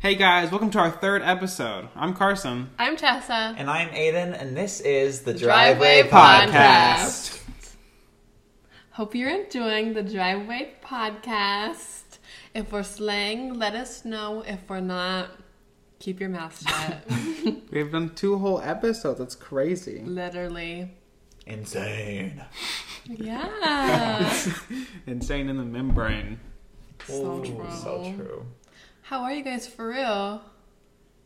Hey guys, welcome to our third episode. I'm Carson. I'm Tessa. And I'm Aiden, and this is the Driveway Driveway, Podcast. Podcast. Hope you're enjoying the Driveway podcast. If we're slang, let us know. If we're not, keep your mouth shut. We've done two whole episodes. That's crazy. Literally. Insane. Yeah. Insane in the membrane. so Ooh, true. So true. How are you guys for real?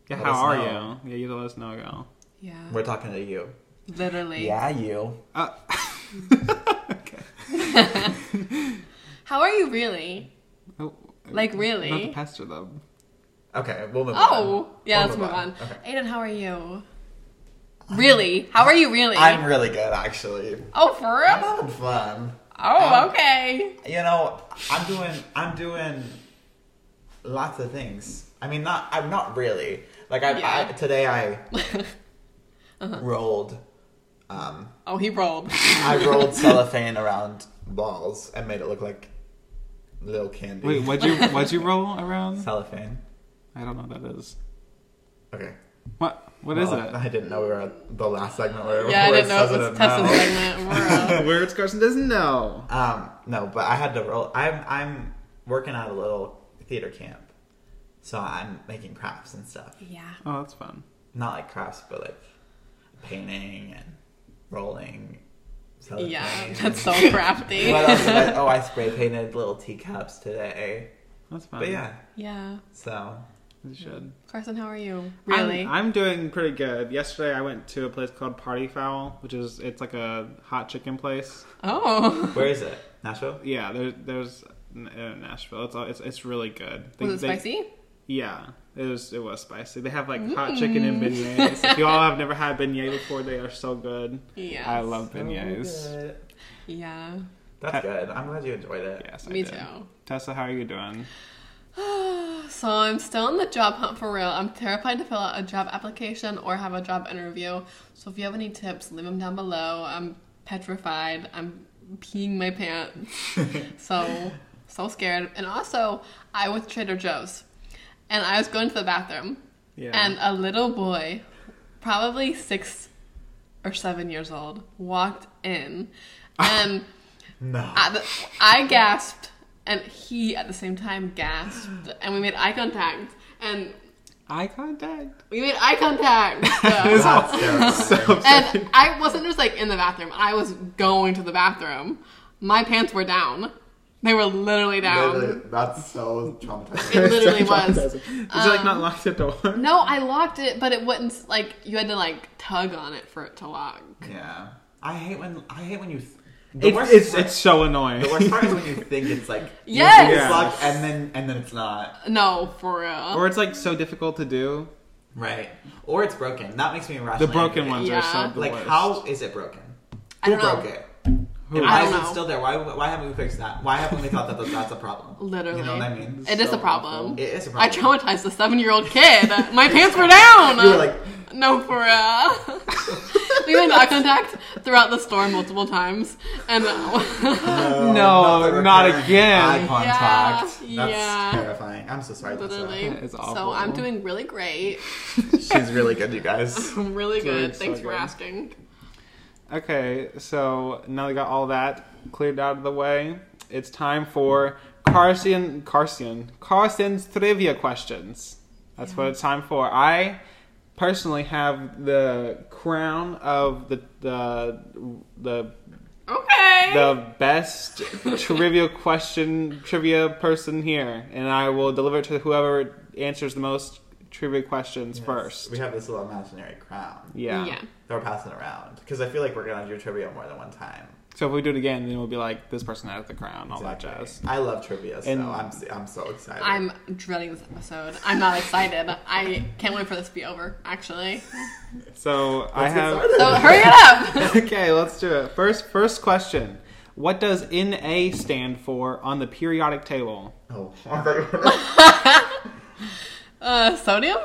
Yeah, Let how us are know. you? Yeah, you let us know, girl. Yeah. We're talking to you. Literally. Yeah, you. Uh, How are you really? oh, Like, really? Not the pester though. Okay, we'll move on. Oh. Yeah, We'll let's move on. Okay. Aiden, how are you? Really? How are you really? I'm really good, actually. oh, for I'm real? having fun. Oh, I'm- okay. You know, I'm doing, I'm doing lots of things. I mean, not, I'm not really. Like, I, Yeah. I today I rolled, um, oh, he rolled. I rolled cellophane around balls and made it look like little candy. Wait, what'd you what'd you roll around? Cellophane. I don't know what that is. Okay. What what is Well, I didn't know we were at the last segment where Yeah, I where didn't know it says was in now. Tessa's segment. We're, uh, it? Words Carson doesn't know. Um, no, but I had to roll. I'm I'm working at a little theater camp, so I'm making crafts and stuff. yeah. Oh, that's fun. Not like crafts, but like painting and rolling. cellophane. Yeah, that's so crafty. What uh, else? did I- oh, I spray painted little teacups today. That's fun. But yeah, yeah. so you should. Carson, how are you? I'm- Really? I'm, doing pretty good. Yesterday I went to a place called Party Fowl, which is it's like a hot chicken place. oh. where is it? Nashville. Yeah, there, there's uh, Nashville. It's, it's it's really good. They- Was it they- spicy? Yeah, it was it was spicy. They have like hot chicken and Mm. beignets. if you all have never had beignet before, they are so good. Yes. I love So beignets. good. Yeah. That's good. I'm glad you enjoyed it. yes, I Me did. too. Tessa, how are you doing? So I'm still in the job hunt for real. I'm terrified to fill out a job application or have a job interview. So if you have any tips, leave them down below. I'm petrified. I'm peeing my pants. so so scared. And also, I was Trader Joe's, and I was going to the bathroom, Yeah. and a little boy, probably six or seven years old, walked in, and. No. I, the- I gasped, and he at the same time gasped, and we made eye contact, and Eye contact. we made eye contact. So- That's terrifying. and I wasn't just like in the bathroom; I was going to the bathroom. My pants were down; they were literally down. Literally, That's so traumatizing. It literally was. Um, Did you like not lock the door? No, I locked it, but it wouldn't like you had to like tug on it for it to lock. Yeah, I hate when I hate when you. Th- the It's worst it's, part, it's so annoying. the worst part is when you think it's like you Yes! think Yeah. it's locked and then and then it's not No, for real. or it's like so difficult to do. right or it's broken. That makes me The irrational. broken angry. ones are Yeah. so the Like worst. how is it broken? I don't Who know. broke it? Who- And I why don't is it know. still there? Why why haven't we fixed that? Why haven't we thought that that's a problem? Literally, You know what I mean? It is So a problem. It is a I problem. traumatized a seven-year-old kid. My pants were down. You were like, No, for uh, we made eye contact throughout the store multiple times, and uh, no, No, the not recurring again. Eye contact. Yeah, That's yeah. terrifying. I'm so sorry. Tessa. literally. That is So awful. I'm doing really great. she's really good, you guys. I'm really Doing good. so Thanks for good. asking. Okay, so now we got all that cleared out of the way. It's time for Carson, Carson, Carson's trivia questions. That's what it's time for. I personally have the crown of the the the Okay. the best trivia question trivia person here, and I will deliver it to whoever answers the most trivia questions Yes. first. we have this little imaginary crown. Yeah. that we're passing around because I feel like we're gonna do trivia more than one time. So if we do it again, then we'll be like, this person has the crown, all that jazz. I love trivia, so And- I'm I'm so excited. I'm dreading this episode. I'm not excited. I can't wait for this to be over. Actually, So I Let's get have. started. so hurry it up. okay, let's do it. First, first question: What does Na stand for on the periodic table? Oh, I Uh, sodium.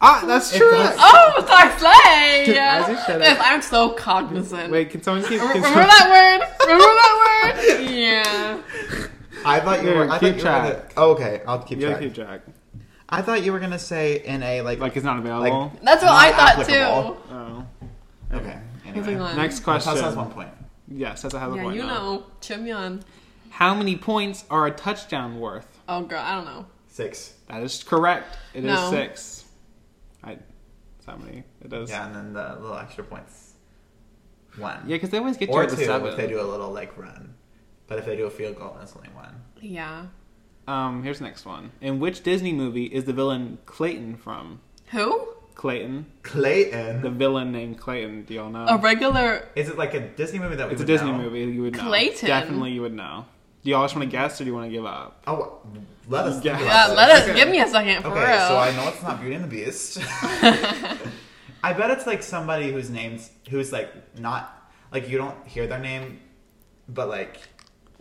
Ah, that's true. does. Oh, Sark Slay. As you should have. Yes, I'm so cognizant. Wait, can someone keep? Can Remember someone- that word? Remember that word? Yeah. thought you Here, were. I keep thought you were gonna- track. oh, okay, I'll keep Yeah, track. keep track. I thought you were gonna say in a like. Like it's not available. That's what I Not thought too. applicable. oh. okay. Moving Anyway. on. Next Plus, question. that's one point. Yes, that's a hell of a Yeah, point. you now. know, Chimyon. How many points are a touchdown worth? Oh girl, I don't know. Six. That is correct. It is No. six. I. That's how many it is. Yeah, and then the little extra points. One. Yeah, because they always get you or at two the seven. if they do a little like run. But if they do a field goal, it's only one. Yeah. Um, here's the next one. In which Disney movie is the villain Clayton from? Who? Clayton, Clayton. the villain named Clayton. Do y'all know? A regular uh, Is it like a Disney movie that we it's a would Disney know? movie. You would know. Clayton? Definitely, you would know. Do y'all just want to guess, or do you want to give up? Oh, let us. Yeah. think Yeah, about let this. us Okay. give me a second for Okay, real. so I know it's not Beauty and the Beast. I bet it's like somebody whose name's who's like not like you don't hear their name, but like,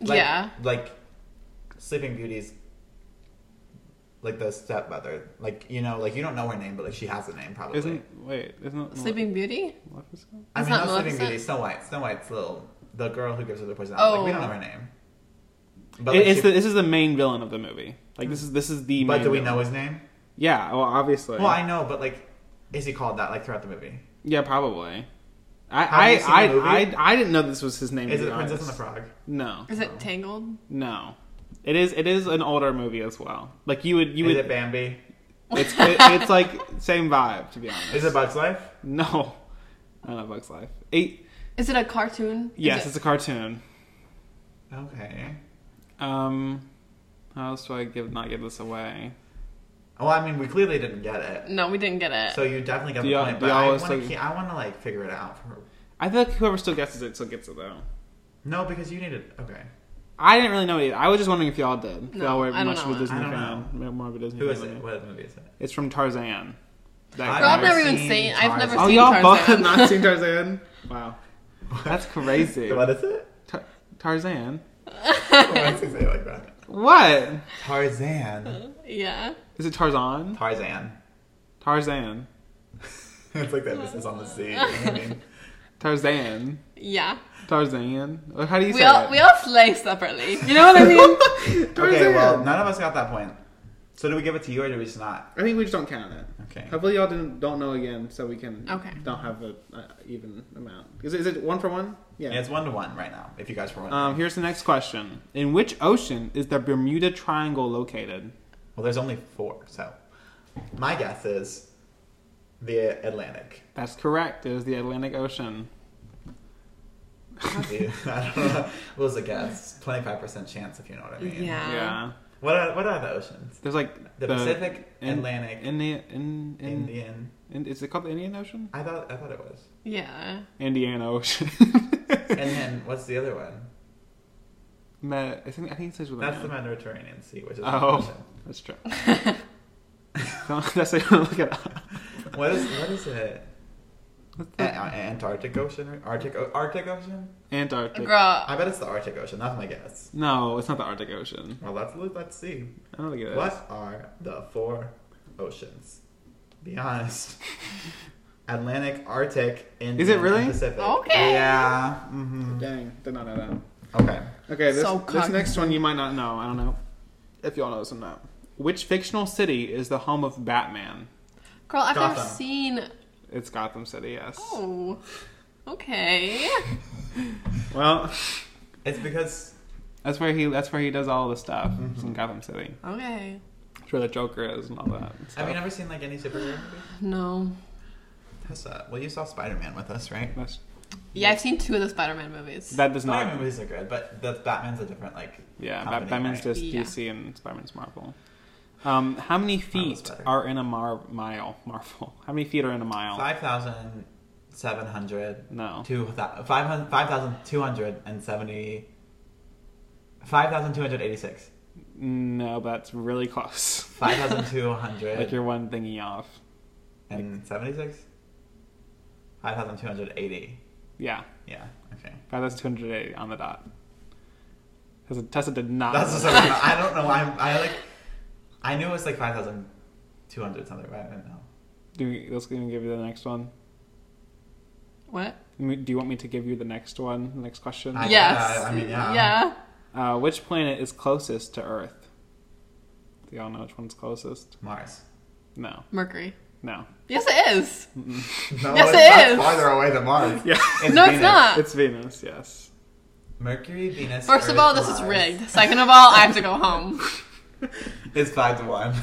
like Yeah. like Sleeping Beauty's like the stepmother, like you know, like you don't know her name, but like she has a name probably. Isn't wait? Isn't it Sleeping Beauty? Maleficent? I It's mean, not not Sleeping Maleficent? Beauty, Snow White, Snow White's little the girl who gives her the poison. Oh. Like we don't know her name, but It- like, it's she- the, this is the main villain of the movie. Like this is this is the. but main do we villain. know his name? Yeah. Well, obviously. Well, I know, but like, is he called that like throughout the movie? Yeah, probably. Have I you seen I, the movie? I, I I didn't know this was his name. Is to be it the Princess and honest. the Frog? No, Is it Tangled? no. It is it is an older movie as well. Like you would you is would it Bambi? it's it, it's like same vibe to be honest. Is it Bugs Life? No, I don't know Bugs Life. Eight. Is it a cartoon? Is Yes, it- it's a cartoon. Okay. Um, how else do I give not give this away? Well, I mean, we clearly didn't get it, no, we didn't get it. so you definitely got Do the y'all- point. do But I y'all want still- to, I want to like figure it out. For... I feel like whoever still guesses it still gets it though. No, because you needed. Okay. I didn't really know it. Either. I was just wondering if y'all did. If No, y'all were I don't much know. of a Disney I don't fan, more of a Disney Who is fan than it? me. What movie is it? It's from Tarzan. That I've Girl, I've guy. never even seen seen. I've never Oh, seen y'all both have Tarzan. not seen Tarzan? Wow. That's crazy. What is it? Tar- Tarzan? Why does he say it like that? What? Tarzan. yeah. Is it Tarzan? Tarzan. Tarzan. It's like the emphasis on the Z. you know what I mean? Tarzan. Yeah. Tarzan. Or How do you We say all it? we all slay separately. you know what I mean? Tarzan. okay. Well, none of us got that point. So do we give it to you or do we just not? I think we just don't count it. Okay. Hopefully y'all didn't, don't know again so we can Okay. don't have an uh, even amount. Is it, is it one for one? Yeah. It's one to one right now. If you guys were wondering. Um, here's the next question. In which ocean is the Bermuda Triangle located? Well, there's only four, so my guess is the Atlantic. That's correct. It is the Atlantic Ocean. Dude, I don't know. What was the guess? Twenty-five percent chance, if you know what I mean. Yeah. yeah. What are what are the oceans? There's like The Pacific, Atlantic, Indian, in, in, Indian. in- is it called the Indian Ocean? I thought I thought it was. Yeah. Indiana Ocean. And then what's the other one? Me- I think I think it says with That's an the N. Mediterranean Sea, which is an Oh, that's true. So, that's how you look it up. ocean. What is what is it? A- Uh, A- Antarctic Ocean, or Arctic O- Arctic Ocean? Antarctic. Girl, I bet it's the Arctic Ocean. That's my guess. No, it's not the Arctic Ocean. Well, let's let's see. I don't think it is. What are the four oceans? Be honest. Atlantic, Arctic, Indian, Is it really? and Pacific. Okay. Yeah. hmm Dang, did not know that. Okay. Okay, this, So this cognizant. next one you might not know. I don't know if y'all know this or not. Which fictional city is the home of Batman? girl, I've never Gotham. seen. It's Gotham City. Yes. Oh. Okay. Well, It's because that's where he. That's where he does all the stuff. It's Mm-hmm. in Gotham City. Okay. It's where the Joker is and all that. have you stuff. never seen like any superhero movie? No. Tessa, well, you saw Spider Man with us, right? That's, Yeah, I've seen two of the Spider-Man movies. that does Spider Man not. movies are good, but the Batman's a different like. Yeah, company, Bat- Batman's right? just Yeah. DC and Spider-Man's Marvel. Um, how many feet better. are in a mar- mile? Marvel. How many feet are in a mile? five thousand seven hundred. No. Two thou- five hun- five thousand two hundred and seventy. Five thousand two hundred eighty-six. No, that's really close. Five thousand two Like hundred you're one thingy off. and seventy-six. Five thousand two hundred eighty. Yeah, Yeah. Okay. five thousand two hundred eighty on the dot. Because Tessa did not. That's Ah. just, I don't know. I'm, I like. I knew it was like five thousand two hundred something, but I didn't know. do we, let's go and give you the next one. What? Do you want me to give you the next one? The next question. I- yes. I mean, yeah. Yeah. Uh, which planet is closest to Earth? Do y'all know which one's closest? Mars. No. Mercury. No. Yes, it is. No, Yes, it's it is. farther away than Mars. Yeah. no, Venus. it's not. it's Venus, yes. Mercury, Venus. First of Earth, all, this is Mars rigged. Second of all, I have to go home. It's five to one.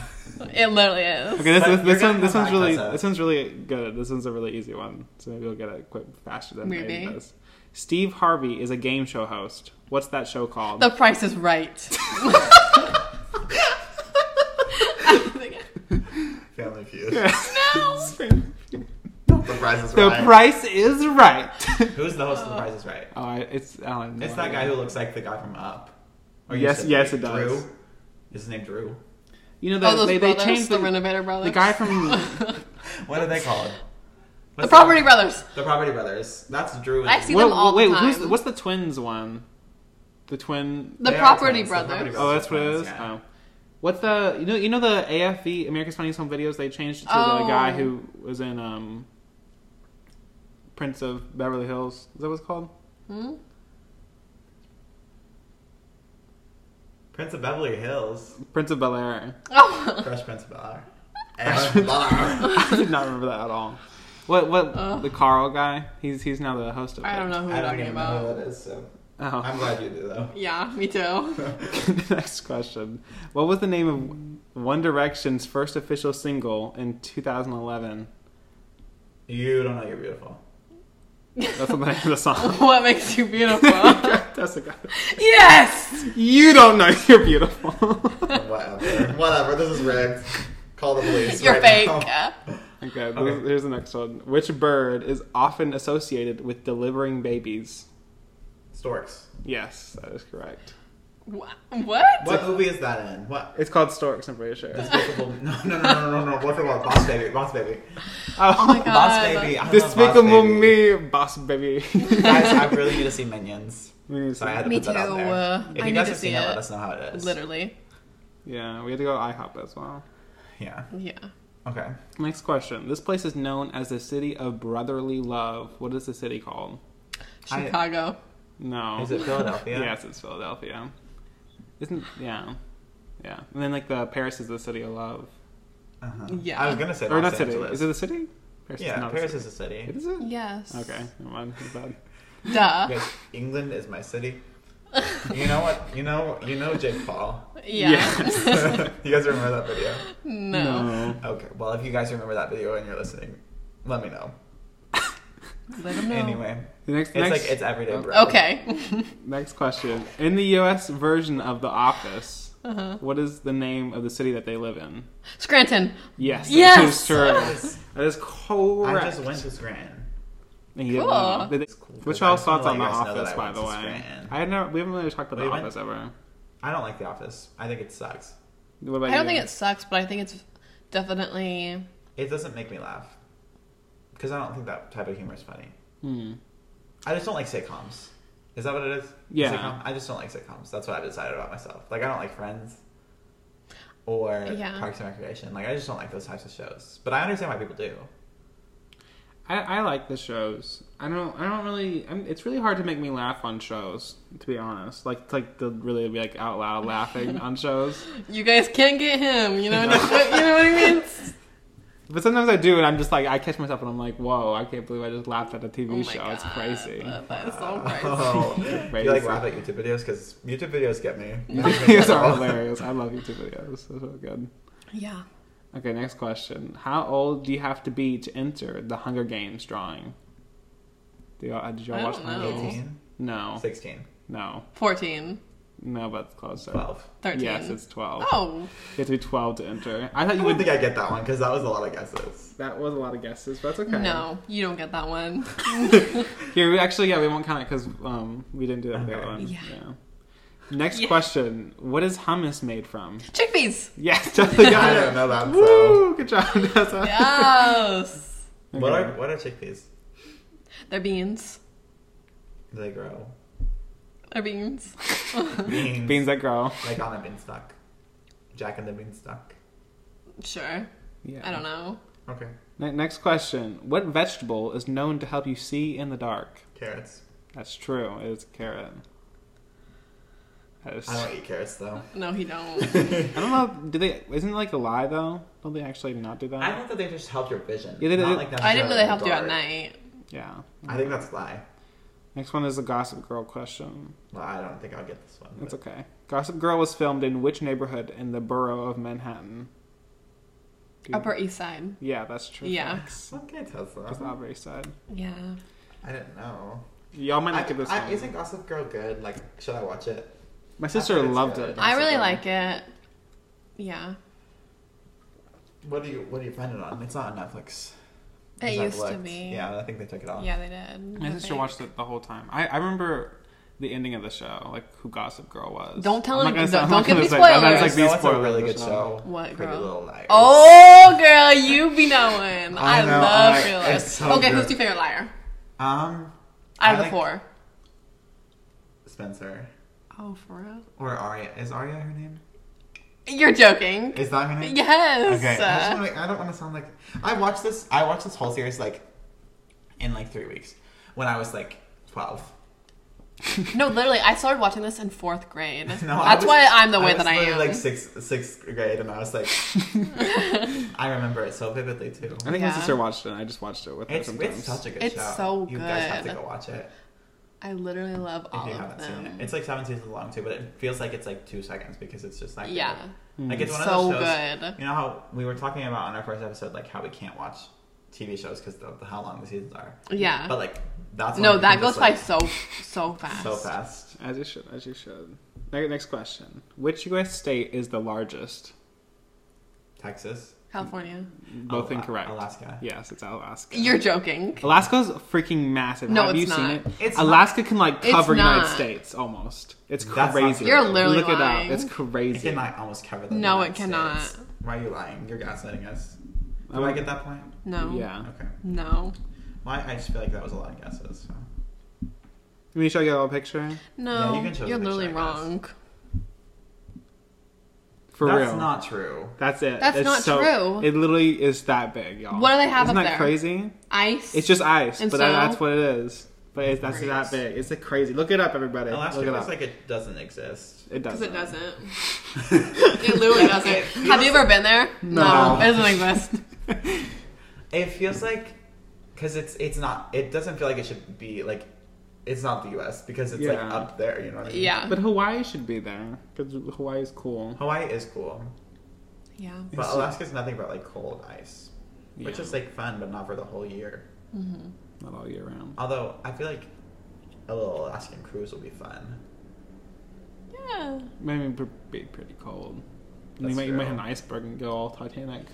It literally is. Okay, this, But this, this you're one gonna this one's come back, really Tessa. this one's really good. This one's a really easy one, so maybe you'll get it quick faster than maybe. Maybe. does. Steve Harvey is a game show host. What's that show called? The price is right. Family Feud. no. The Price is The Right. Price is Right. Who's the host of The Price is Right? Uh, oh, I- it's I don't know. It's that guy who looks like the guy from Up. Yes, said yes, Drew. it does. Drew. Is his name Drew? You know Oh, the, those they, they brothers, changed the, the, Renovator brothers. the guy from What are they called? the What's Property Brothers. The Property Brothers. That's Drew. and- I see Wha- them all wait, the time. who's what's the twins one? The twin. the They are Property twins, the Property Brothers. Brothers. Oh, that's what it twins, is. yeah. Oh, what's the you know you know the AFV America's Funniest Home Videos? They changed it to Oh. the guy who was in um, Prince of Beverly Hills. Is that what it's called? Hmm? Prince of Beverly Hills. Prince of Bel Air. Oh. Fresh Prince of Bel Air. And Bar. I did not remember that at all. What what Ugh. the Carl guy? He's he's now the host of. Oh. I it. don't know who I you're don't talking even know about. who that is, so Oh. I'm glad you do though. Yeah, me too. Next question. What was the name of One Direction's first official single in 2011? You don't know you're beautiful. That's the name of the song. what makes you beautiful? That's a guy. yes! You don't know you're beautiful. Whatever. Whatever. This is rigged. Call the police. You're right fake. Now. okay, Okay. This, here's the next one. Which bird is often associated with delivering babies? Storks. Yes, that is correct. Wha- What? What movie is that in? What? It's called storks, I'm pretty sure. Oh, Despicable. No, no, no, no, no, no. What's it called? Boss Baby. Boss Baby. Oh my god. Boss Baby. I love Despicable Boss Baby. me, boss baby. Guys, I really need to see Minions. So I had to Me put that too. out there. Uh, if I you need guys to have see seen it, it. let us know how it is. Literally. yeah, we had to go to IHOP as well. Yeah. Yeah. Okay. Next question. This place is known as the city of brotherly love. What is the city called? I- Chicago. No. Is it Philadelphia? Yes, it's Philadelphia. Isn't yeah, yeah. And then like the Paris is the city of love, Uh-huh. Yeah. I was gonna say or Los not city? Angeles. Is it the city? Paris yeah, not a Paris city. is a city. It is it? Yes. Okay, never mind. It's bad. Duh. Guys, England is my city. You know what? You know. You know Jake Paul. Yeah. Yes. you guys remember that video? no. Okay. Well, if you guys remember that video and you're listening, let me know. Let them know. Anyway, The next, it's next, like it's everyday Okay. bread. Okay. next question. In the U.S. version of The Office, Uh-huh. what is the name of the city that they live in? Scranton. Yes, that Yes! is true. that is correct. I just went to Scranton. And you didn't Cool. know. Did they- It's cool. What's I y'all's just wanna thoughts on The let you guys know that Office, I by went the to way? Scranton. I had never, we haven't really talked about We The went- Office ever. I don't like The Office. I think it sucks. What about I don't you? think it sucks, but I think it's definitely. It doesn't make me laugh because I don't think that type of humor is funny. Hmm. I just don't like sitcoms. Is that what it is? Yeah. Sitcom? I just don't like sitcoms. That's what I've decided about myself. Like I don't like Friends or Yeah. Parks and Recreation. Like I just don't like those types of shows. But I understand why people do. I, I like the shows. I don't. I don't really. I'm, it's really hard to make me laugh on shows, to be honest. Like, like to really be like out loud laughing on shows. You guys can't get him. You know. what- you know what I mean? But sometimes I do, and I'm just like, I catch myself, and I'm like, whoa, I can't believe I just laughed at a TV Oh my show. God. It's crazy. That, that is so crazy. Oh. Crazy. you like laugh at YouTube videos because YouTube videos get me. These are hilarious. I love YouTube videos. They're so good. yeah. Okay, next question. How old do you have to be to enter the Hunger Games drawing? Do y'all, uh, did y'all I watch don't the Hunger know. Games? 18, No, 16, no, 14. no, but it's closer. 12. 13. Yes, it's 12. Oh. You have to be 12 to enter. I thought I you don't would. think I get that one because that was a lot of guesses. That was a lot of guesses, but that's okay. No, you don't get that one. Here, we actually, yeah, we won't count it because um, we didn't do that with the other Okay. one. Yeah. Next Yeah. question. What is hummus made from? Chickpeas. Yes, Tessa I got don't it. know that. So. Woo! Good job, Tessa. Yes. Okay. What are what are chickpeas? They're beans. Do they grow? They're beans. Beans. Beans that grow. Like on a beanstalk. Jack and the beanstalk. Sure. Yeah. I don't know. Okay. Ne- next question. What vegetable is known to help you see in the dark? Carrots. That's true. It is carrot. I, just- I don't eat carrots though. No, he don't. I don't know. Do they? Isn't it like a lie though? Don't they actually not do that? I think that they just help your vision. Yeah, they- not they- like I didn't know they necessarily helped you at regard. night. yeah. I think that's a lie. Next one is a Gossip Girl question. Well, I don't think I'll get this one. That's but- okay. Gossip Girl was filmed in which neighborhood in the borough of Manhattan? Do you- Upper East Side. Yeah, that's true. Yeah. Thanks. Okay, Tesla. That's the Upper East Side. Yeah. I didn't know. Y'all might not give this I, one. isn't Gossip Girl good? Like, should I watch it? My sister I think it's loved good. it. I really Instagram. like it. Yeah. What do you What do you find it on? It's not on Netflix. It As I've used to looked. be. Yeah, I think they took it off. Yeah, they did. My I sister think. watched it the whole time. I, I remember the ending of the show, like who Gossip Girl was. Don't tell I'm any- not gonna say- don't- I'm not don't give gonna me say- I'm not spoilers. gonna It's say these like a spoilers really of good the show. What, Pretty girl? Little Liars. Oh, girl, you be knowing. I I, know, love I- Real it's Liars. so okay, who's good. your favorite liar? Um, Out of I the like- four. Spencer Oh, for real? or Arya? Is Arya her name? You're joking. Is that her name? yes. Okay. I, just Uh, wanna, I don't want to sound like I watched this. I watched this whole series like in like three weeks when I was like twelve. no, literally, I started watching this in fourth grade. No, I That's was- why I'm the way was that I literally, am. Like sixth sixth grade, and I was like, I remember it so vividly too. I think my Yeah. sister watched it. and I just watched it with her It's, sometimes. it's such a good It's show. so You guys have to good. go watch it I literally love if all you of haven't seen them. it. It's like seven seasons long too, but it feels like it's like two seconds because it's just like yeah, like it's one so of those shows. good. You know how we were talking about on our first episode, like how we can't watch TV shows because of the- how long the seasons are. Yeah. But like that's one Uh-huh. no, you can that goes just, by like, so so fast. so fast. As you should, as you should. Ne- Next question: Which U.S. state is the largest? Texas, California. Both Ala- incorrect. Oh, Alaska. Yes, it's Alaska. You're joking. Alaska's freaking massive. No, Have it's you seen not. it? It's not- Alaska can like It's cover United not. States almost. It's That's not crazy. true. You're literally Look lying. it up. It's It crazy. can like almost cover the. No, United it cannot. States. Why are you lying? You're gaslighting us. Do Um, I get that point? No. Yeah. Okay. No. Well, I just feel like that was a lot of guesses. So. Can we show you a little picture? No. you can show you are the picture, literally I guess. wrong. For That's real. not true. That's it. That's It's not so- true. It literally is that big, y'all. What do they have Isn't up that there? crazy? Ice. It's just ice, And but that, snow? that's what it is. But it's, that's Great. that big. It's like crazy. Look it up, everybody. Alaska Look it up. looks like it doesn't exist. it does. because it doesn't. it literally doesn't. Have you ever been there? No. It doesn't exist. It feels like because it's it's not. It doesn't feel like it should be like. It's not the U.S. because it's like Yeah. up there. You know what I mean? Yeah. But Hawaii should be there because Hawaii is cool. Hawaii is cool, yeah. but It's- Alaska's nothing but like cold ice, which Yeah. is like fun, but not for the whole year. Not all year round. Although I feel like a little Alaskan cruise will be fun. Yeah. Maybe it'd be pretty cold. And That's you might you might true. have an iceberg and go all Titanic.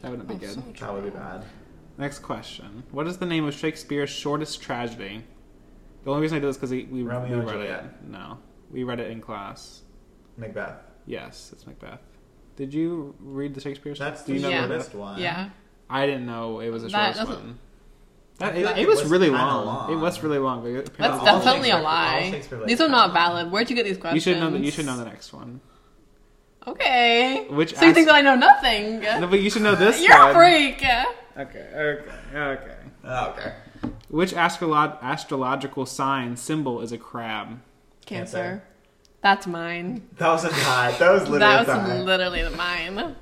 That wouldn't be Oh, good. so That would be bad. Next question: What is the name of Shakespeare's shortest tragedy? The only reason I did this because we we, we Romeo and read Juliet. it. No, we read it in class. Macbeth. Yes, it's Macbeth. Did you read the Shakespeare? stuff? That's Do you the know Yeah. what it shortest is? one. Yeah. I didn't know it was a That short doesn't- one. I That, feel it, like it it was, was really kinda long. long. It was really long. But it- That's all definitely a Shakespeare- all lie. Shakespeare These are not plays. valid. Where'd you get these you questions? should know that. You should know the next one. Okay. Which so you think as- that I know nothing? No, but you should know this. You're a one. freak. Okay. Okay. Okay. Oh, okay. Which astrolo- astrological sign symbol is a crab? Cancer. That's mine. That was a tie. That was literally that was a tie. literally the mine.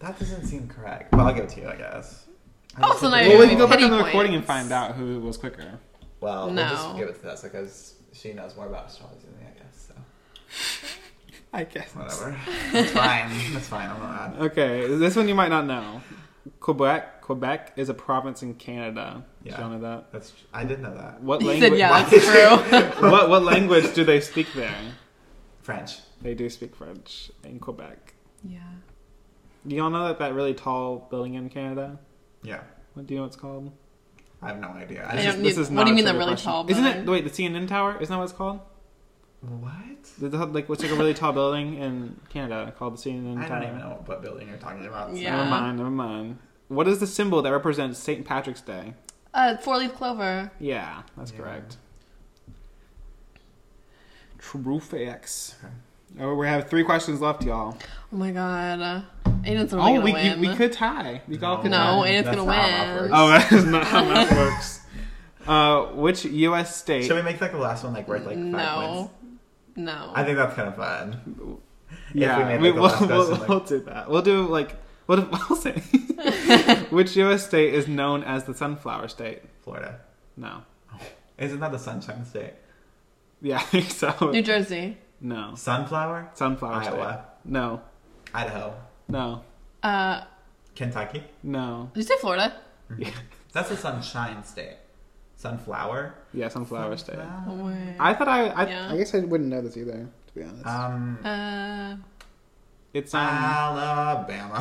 that doesn't seem correct, but I'll give it to you, I guess. I Oh, just so think now it- you're Well, we can go back Pity on the recording and points. find out who was quicker. Well, No. we'll just give it to Tessa because she knows more about astrology than me, I guess. So I guess. whatever. It's fine. It's fine. I'm not mad. Okay, this one you might not know. Quebec. Quebec is a province in Canada. Did Yeah. Y'all know that. That's. I did know that. What He language? said, yeah, that's true. what what language do they speak there? French. They do speak French in Quebec. yeah. Do y'all know that that really tall building in Canada? Yeah. What do you know what's called? I have no idea. I I just, don't need- what do not you a mean the trick really question. tall Isn't it building? wait the CNN Tower? Isn't that what it's called? what? The, the, like what's like a really tall building in Canada called the CNN I Tower? don't even know what building you're talking about. so- Yeah. Never mind. Never mind. What is the symbol that represents St. Patrick's Day? Uh, four leaf clover. Yeah, that's Yeah. correct. True facts. Okay. Oh, we have three questions left, y'all. Oh my god. Aiden's the oh, one we, gonna win. we we could tie. We all could No, tie. and it's that's gonna not how that win. works. Oh, that is not how that works. Uh, which U.S. state? Should we make like the last one like worth like five no. points? No. I think that's kind of fun. Yeah, made, we like, the last will we'll, person, like- we'll do that. We'll do like what if we'll say which U.S. state is known as the sunflower state? Florida. No. Isn't that the Sunshine State? Yeah, I think so. New Jersey. No. Sunflower? Sunflower state. Iowa. No. Idaho. No. Uh, Kentucky. No. did you say Florida? That's the Sunshine State. Sunflower. Yeah, sunflower state. Sunflower. Wait. I thought I. I, Yeah. I guess I wouldn't know this either. To be honest, Um, Uh, it's um, Alabama.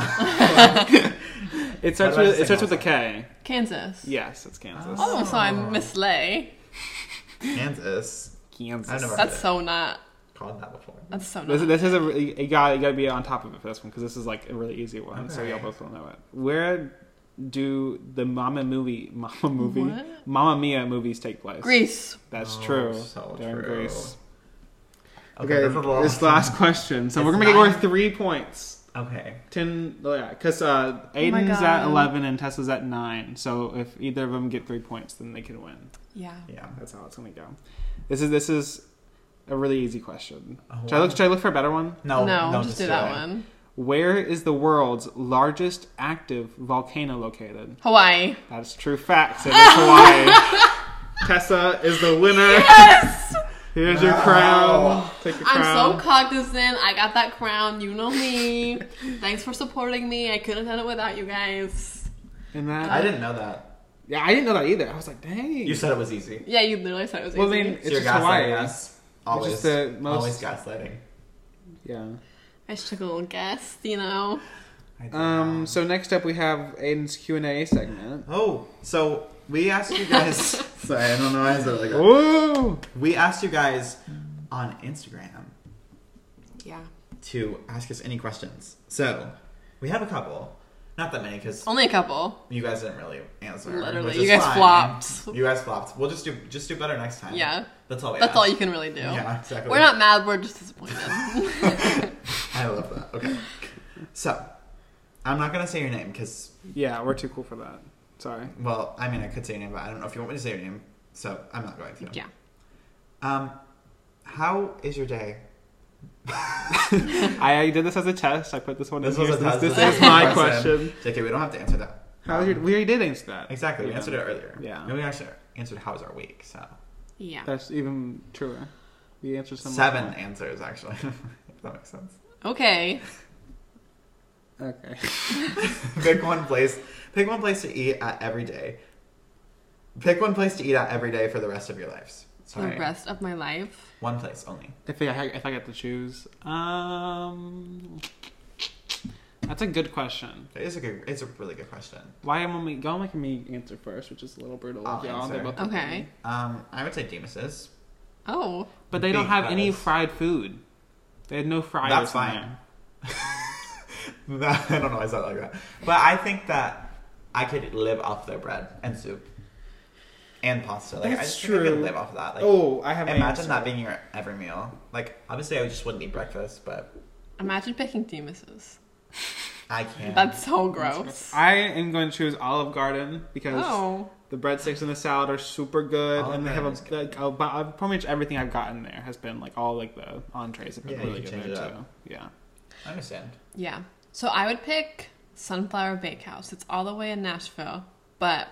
it starts How do uh, I with it sing starts with a K. Kansas. Yes, it's Kansas. Oh. Oh, so I'm Miss Lay. Kansas. Kansas. I've never- That's so not. Called that before. That's so This, not. this is a really- you got you got to be on top of it for this one because this is like a really easy one, so y'all Okay. both will know it. Where do the Mama movie, Mama movie, What? Mama Mia movies take place? Greece. That's Oh, true. so They're in true. Greece. Okay, this, is a this lot. last question. So It's we're gonna make it nine. worth three points. Okay. Ten, yeah, because uh, Aiden's at Oh God. eleven and Tessa's at nine. So if either of them get three points, then they can win. Yeah. Yeah. That's how it's gonna go. This is this is a really easy question. Oh, should I look? wow. Should I look for a better one? No, no, no, just, do that it. one. Where is the world's largest active volcano located? Hawaii. That's true facts. It is Hawaii. Tessa is the winner. Yes! Here's your Wow. crown. Take your I'm crown. so cognizant. I got that crown. You know me. Thanks for supporting me. I couldn't have done it without you guys. and that, I didn't know that. yeah, I didn't know that either. I was like, dang. You said it was easy. Yeah, you literally said it was well, I easy. mean, it's So you're just gaslighting Hawaii. us. Always, just the most- always gaslighting. Yeah. I just took a little guess, you know. I did Um. not. So next up, we have Aiden's Q and A segment. Oh, so we asked you guys. sorry, I don't know why I said it like that. Ooh. We asked you guys on Instagram Yeah. to ask us any questions. So we have a couple. Not that many because Only a couple. you guys didn't really answer. Literally, which you is guys fine. flopped. You guys flopped. We'll just do just do better next time. Yeah. that's all. We That's all ask. you can really do. Yeah, exactly. We're not mad, we're just disappointed. I love that. Okay. So, I'm not gonna say your name because, Yeah, we're too cool for that. Sorry. well, I mean, I could say your name, but I don't know if you want me to say your name, so I'm not going to. yeah. Um, how is your day? I did this as a test. I put this one This in was here. a test. This, This this is is my a question. JK, we don't have to answer that. How's your? Um, We already did answer that. Exactly, we Yeah. answered it earlier. Yeah. And we actually answered how's our week, so. Yeah. That's even truer. We answered some Seven answers, actually. if that makes sense. Okay. Okay. pick one place. Pick one place to eat at every day. Pick one place to eat at every day for the rest of your lives. The Sorry. rest of my life. One place only. If I if I get to choose, um, that's a good question. It is a good, it's a really good question. Why am I y'all making me answer first, which is a little brutal. I'll y'all, they answer. both look at Okay. me. Um, I would say Demas's. Oh. But they don't have any Because- fried food. They had no fries. That's in fine. there. That- I don't know why I said it like that. But I think that I could live off their bread and soup and pasta. Like, I That's just think I true. could live off of that. Like, oh, I have. an imagine answer. that being your every meal. Like, obviously, I just wouldn't eat breakfast, but Imagine picking Demas's. I can. That's so gross. I am going to choose Olive Garden because Oh. the breadsticks and the salad are super good, Olive and they have Garden is a, good. like, a, bu- uh, pretty much everything I've gotten there has been like all like the entrees have been Yeah, you really can good change there it up. too. Yeah. I understand. Yeah. So I would pick Sunflower Bakehouse. It's all the way in Nashville. But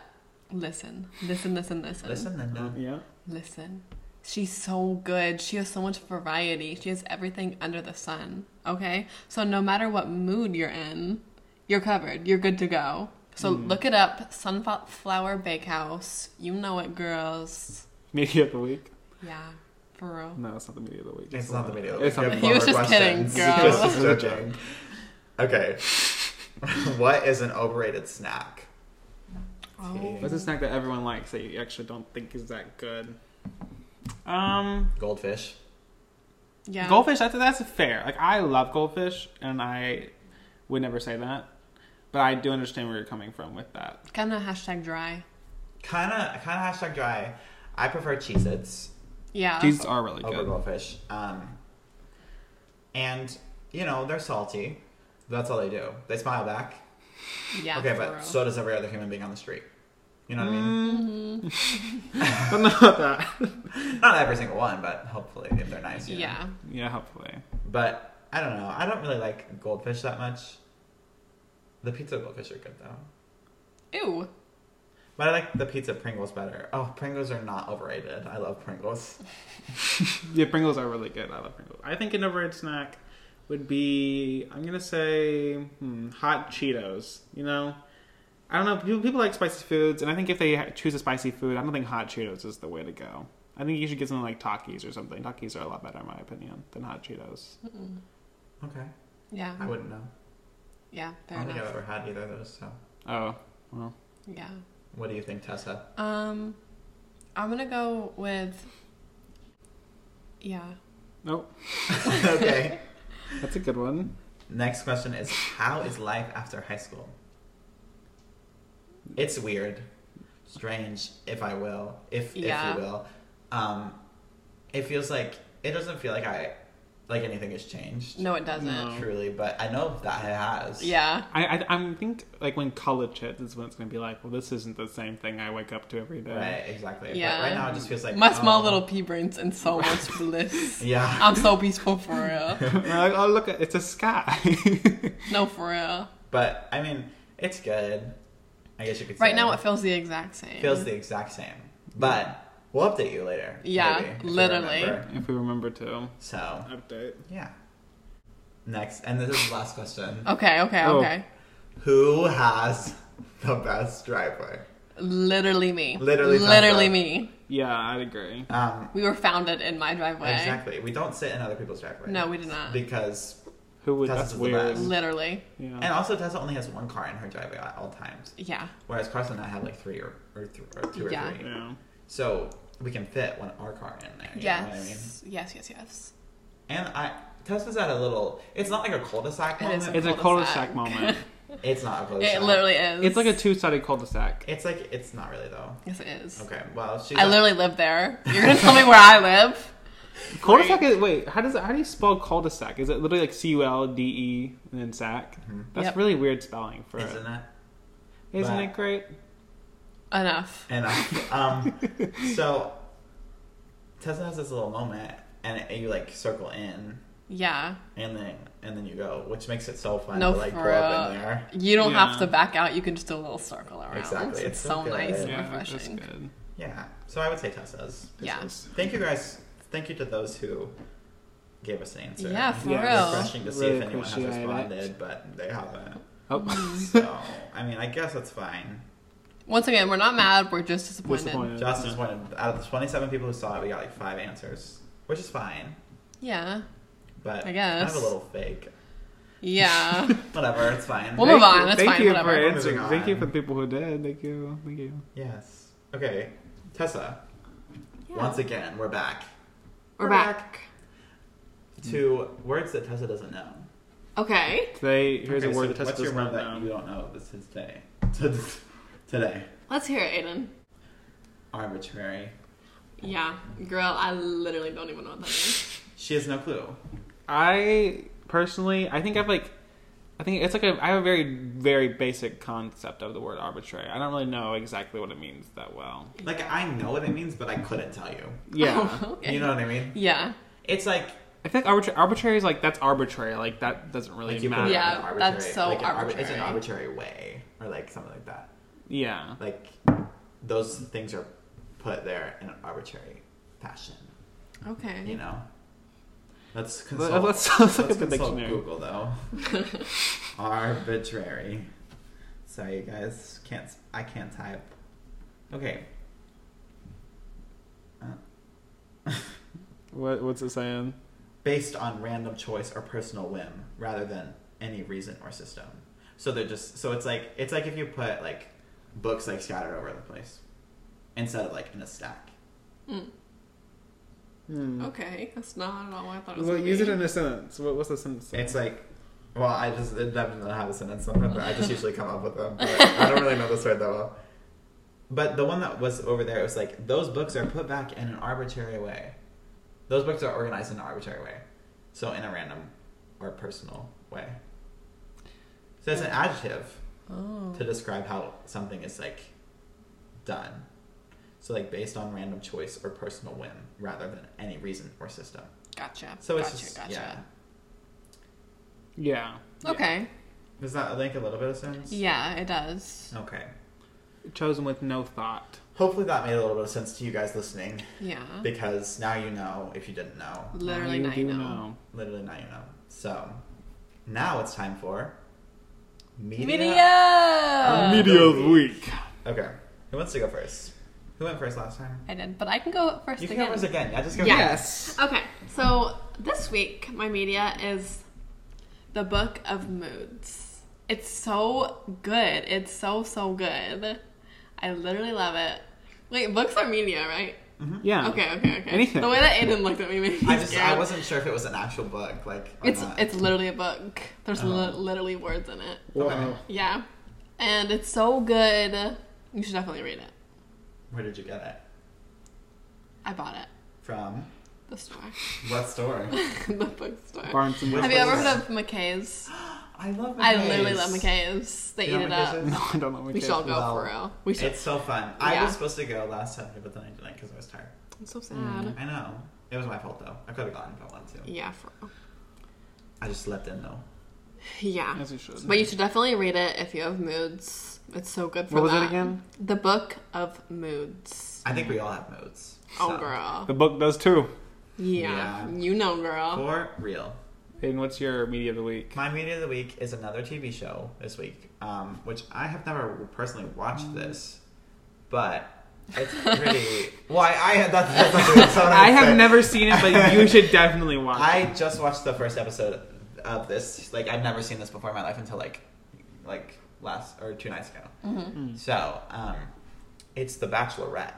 listen, listen, listen, listen. Listen, Linda. Yeah. Listen. She's so good. She has so much variety. She has everything under the sun. Okay? So no matter what mood you're in, you're covered. You're good to go. So Mm. look it up. Sunflower Bakehouse. You know it, girls. Media of the week. Yeah. For real. No, it's not the media of the week. It's the not one- the video. It's not We the have He was more just kidding, questions. girl. He was just It was a joking. Okay. what is an overrated snack? Oh. What's a snack that everyone likes that you actually don't think is that good? Um, Goldfish. Yeah. goldfish. That's that's fair. Like I love goldfish, and I would never say that, but I do understand where you're coming from with that. Kind of hashtag dry. Kind of, kind of hashtag dry. I prefer Cheez-Its Yeah. These are really over good. goldfish. Um, and you know they're salty. That's all they do. They smile back. Yeah. okay, for but real. Mm. so does every other human being on the street. You know what I mean? but not that. Not every single one, but hopefully if they're nice. you know. Yeah. Yeah, hopefully. But I don't know. I don't really like goldfish that much. The pizza goldfish are good though. Ew. But I like the pizza Pringles better. Oh, Pringles are not overrated. I love Pringles. Yeah, Pringles are really good. I love Pringles. I think an overrated snack would be I'm gonna say hmm, hot Cheetos. You know, I don't know. People, people like spicy foods, and I think if they ha- choose a spicy food, I don't think hot Cheetos is the way to go. I think you should get something like Takis or something. Takis are a lot better, in my opinion, than hot Cheetos. Mm-mm. Okay. Yeah. I wouldn't know. Yeah. I Fair don't think I've enough. ever had either of those. So, Oh, well, Yeah. what do you think, Tessa? Um, I'm gonna go with. Yeah. nope. okay. That's a good one. Next question is How is life after high school? It's weird, strange, if I will, if, Yeah. if you will. Um, it feels like, it doesn't feel like I, like anything has changed. No, it doesn't. No. Truly, but I know that it has. Yeah. I, I I think like when college hits is when it's gonna be like, well, this isn't the same thing I wake up to every day. Right, exactly. Yeah. But right now it just feels like. My small oh. little pea brain's and so much bliss. Yeah. I'm so peaceful for real. Like, oh look, it's a sky. No, for real. But, I mean, it's good. I guess you could say. Right now, it feels the exact same. feels the exact same. But we'll update you later. Yeah, maybe, if we literally. remember. if we remember to So, update. yeah. Next, and this is the last question. Okay. Okay. Oh. Okay. Who has the best driveway? Literally me. Literally found Literally out. me. Yeah, I'd agree. Um, We were founded in my driveway. exactly. We don't sit in other people's driveway. No, we did not. Because, Who would? That's That's the weird. best. Literally. Yeah. and also Tessa only has one car in her driveway at all times, Yeah. whereas Carson and I have like three or, or, th- or two or Yeah. three. yeah. So we can fit one our car in there. You know what I mean? Yes. Yes. Yes. Yes. And I Tessa's at a little. It's not like a cul-de-sac It moment. is It's a Cul-de-sac. cul-de-sac moment. It's not a cul-de-sac. It literally is. it's like a two-sided cul-de-sac. It's like it's not really though. Yes, it is. Okay, well she's. I literally live there. You're gonna tell me where I live? Cul-de-sac is wait. How does it, how do you spell cul-de-sac? Is it literally like C U L D E and then sac? That's Yep. really weird spelling for Mm-hmm. isn't it. it? Isn't But- it great? Enough. And I, um, so Tessa has this little moment, and it, you like circle in, Yeah. and then and then you go, which makes it so fun No, to like for go up in real. there. You don't Yeah. have to back out. You can just do a little circle around. Exactly. It's, It's so so, good. nice and Yeah, that's refreshing. good. Yeah. So I would say Tessa's. Yeah. This is- Thank you guys. Thank you to those who gave us an answer. Yeah, for Yeah. real. Refreshing to see Really if anyone has appreciate it. responded, but they haven't. Mm-hmm. Oh, So I mean, I guess that's fine. Once again, we're not mad. We're just disappointed. disappointed. Just as one out of the twenty-seven people who saw it, we got like five answers, which is fine. Yeah. But I guess. kind of a little fake. Yeah. Whatever, it's fine. Well, We'll move Thank you- on, that's Thank fine, you whatever. for We're answering. moving Thank you on. for the people who did. Thank you. Thank you. yes. Okay, Tessa. Yeah. Once again, we're back we're back. Hmm. to words that Tessa doesn't know. Okay. Today, here's Okay, a word so that Tessa what's your does not word that you know. don't know? This is today. To- today, Let's hear it, Aiden. arbitrary. Yeah, girl, I literally don't even know what that is. She has no clue. I personally, I think I've like, I think it's like a, I have a very, very basic concept of the word arbitrary. I don't really know exactly what it means that well. Like I know what it means, but I couldn't tell you. Yeah. Oh, okay. You know what I mean? Yeah. It's like I feel like arbitrary, arbitrary is like, that's arbitrary. Like, that doesn't really like you matter. couldn't Yeah. know that's so like an arbi- It's an arbitrary. arbitrary way, or like something like that. Yeah. Like those things are put there in an arbitrary fashion. Okay. you know. Let's Let- consult. let's- let's look at the consult dictionary. Google though. Arbitrary. Sorry, you guys can't. I can't type. Okay. Uh, What, what's it saying? Based on random choice or personal whim, rather than any reason or system. So they're just. So it's like it's like if you put like books like scattered over the place, instead of like in a stack. Hmm. Mm. Okay. That's not at all what I thought it was. Well, gonna use it be. in a sentence. What, what's the sentence? saying? It's like, well, I just it definitely don't have a sentence on it, but I just usually come up with them. But I don't really know this word that well. But the one that was over there, it was like those books are put back in an arbitrary way. Those books are organized in an arbitrary way, so in a random or personal way. So it's an adjective Oh. to describe how something is like done. So like based on random choice or personal whim rather than any reason or system. Gotcha. So it's gotcha, just gotcha. yeah. Yeah. Yeah. Okay. Does that make a little bit of sense? Yeah, it does. Okay. Chosen with no thought. Hopefully that made a little bit of sense to you guys listening Yeah. because now you know if you didn't know. Literally, Now now you you do know. Literally now you know. So now it's time for media. Media. Media. Media of the week. Okay. Who wants to go first? Who went first last time? I did, but I can go first You can again. go first again. Yeah, just go Yeah. Yes. first. Okay, so this week my media is the Book of Moods. It's so good. It's so so good. I literally love it. Wait, books are media, right? Yeah. Okay, okay, okay. Anything. The way that Aiden looked at me made me Mm-hmm. I just scared. I wasn't sure if it was an actual book, like or it's not. it's literally a book. There's li- Oh. literally words in it. Wow. Yeah, and it's so good. You should definitely read it. Where did you get it? I bought it. From The store, what store? the bookstore. Barnes and Which Have Noble. you ever heard of McKay's? I love. I literally love McKay's. McKay's. They You know eat it McKay's up. is? No, I don't know. what We it should all is. go Well, for real. We should. It's so fun. I Yeah. was supposed to go last Saturday, but then I didn't because I was tired. It's so sad. Mm. I know it was my fault though. I could have gone if I wanted to. Yeah, for real. I just slept in though. Yeah. Yes, you should. But you should definitely read it if you have moods. It's so good for What was it that. again? The Book of Moods. I think we all have moods. Oh, so. girl. The book does too. Yeah. Yeah. You know, girl. For real. And what's your media of the week? My media of the week is another TV show this week, um, which I have never personally Mm. watched this, but it's pretty. well, I, I had that. That's not that's not what I have said. never seen it, but you should definitely watch it. I just watched the first episode of this. Like I've never seen this before in my life until like, like last or two nights ago. Mm-hmm. So, um, it's The Bachelorette.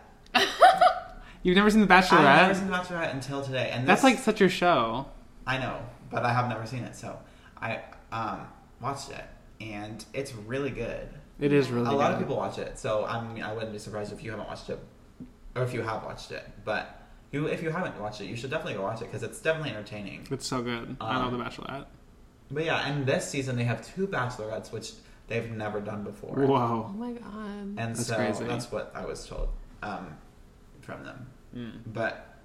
You've never seen The I've never Bachelorette? seen The Bachelorette until today, and That's this- like such your show. I know, but I have never seen it. So I um, watched it, and it's really good. It is really a lot good. of people watch it, so I mean, I wouldn't be surprised if you haven't watched it, or if you have watched it. But you, if you haven't watched it, you should definitely go watch it because it's definitely entertaining. It's so good. I love Um, The Bachelorette. But yeah, and this season they have two bachelorettes, which they've never done before. Oh Whoa. my god. And That's so crazy. that's what I was told um, from them. Mm. But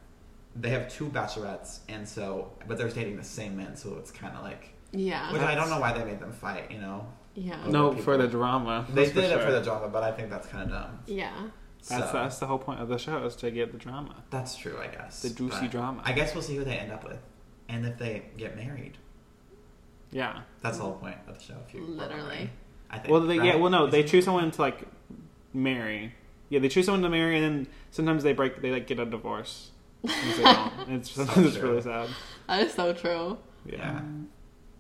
they have two bachelorettes, and so but they're dating the same man, so it's kind of like yeah. which I don't know why they made them fight. You know, Yeah. Other No, people. for the drama. they that's did it for sure. the drama, but I think that's kind of dumb. Yeah. That's, so, that's the whole point of the show is to get the drama, that's true, I guess. the juicy But drama. I guess we'll see who they end up with, and if they get married. yeah. That's the whole point of the show. If you remember. Mm. Literally. I think. Well, they yeah. right? Well, no, they Isn't- choose someone to like marry. Yeah, they choose someone to marry, and then sometimes they break. They like get a divorce. Sometimes they don't. It's So sometimes it's true. really sad. That is so true. Yeah. Yeah.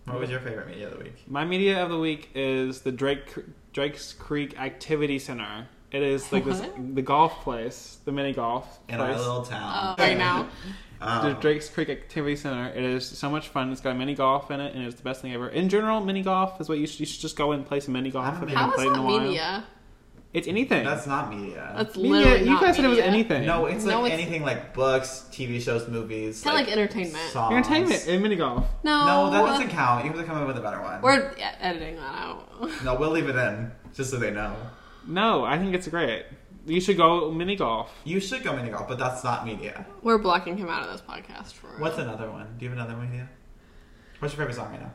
What was your favorite media of the week? My media of the week is the Drake Drake's Creek Activity Center. It is like this What? the golf place, the mini golf in our place. little town. Uh, right now. The Um, Drake's Creek Activity Center. It is so much fun. It's got mini golf in it, and it's the best thing ever. In general, mini golf is what you should. You should just go and play some mini golf I'm if you They How haven't is played in a that while. media? It's anything. that's not media. That's media. literally. You not guys said it was media. anything. no, it's like No, it's- anything like books, TV shows, movies. Kinda like entertainment. songs. entertainment and mini golf. No. No, that doesn't count. You have to come up with a better one. We're e- editing that out. no, we'll leave it in just so they know. No, I think it's great. You should go mini golf. You should go mini golf, but that's not media. We're blocking him out of this podcast for. real. What's another one? Do you have another media? What's your favorite song right now?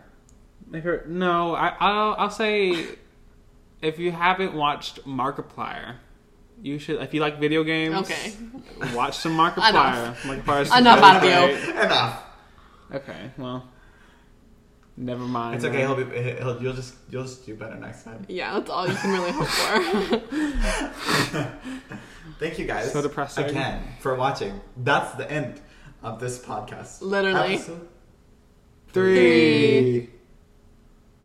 My favorite- No, I, I'll, I'll say if you haven't watched Markiplier, you should. If you like video games, Okay. watch some Markiplier. Markiplier's Enough really out of you. great. Enough. Okay, well, never mind. It's okay. He'll be. He'll, you'll just. You'll just do better next time. Yeah, that's all you can really hope for. Thank you guys. So depressing. Again, for watching. That's the end of this podcast. Literally. Episode Three. Three.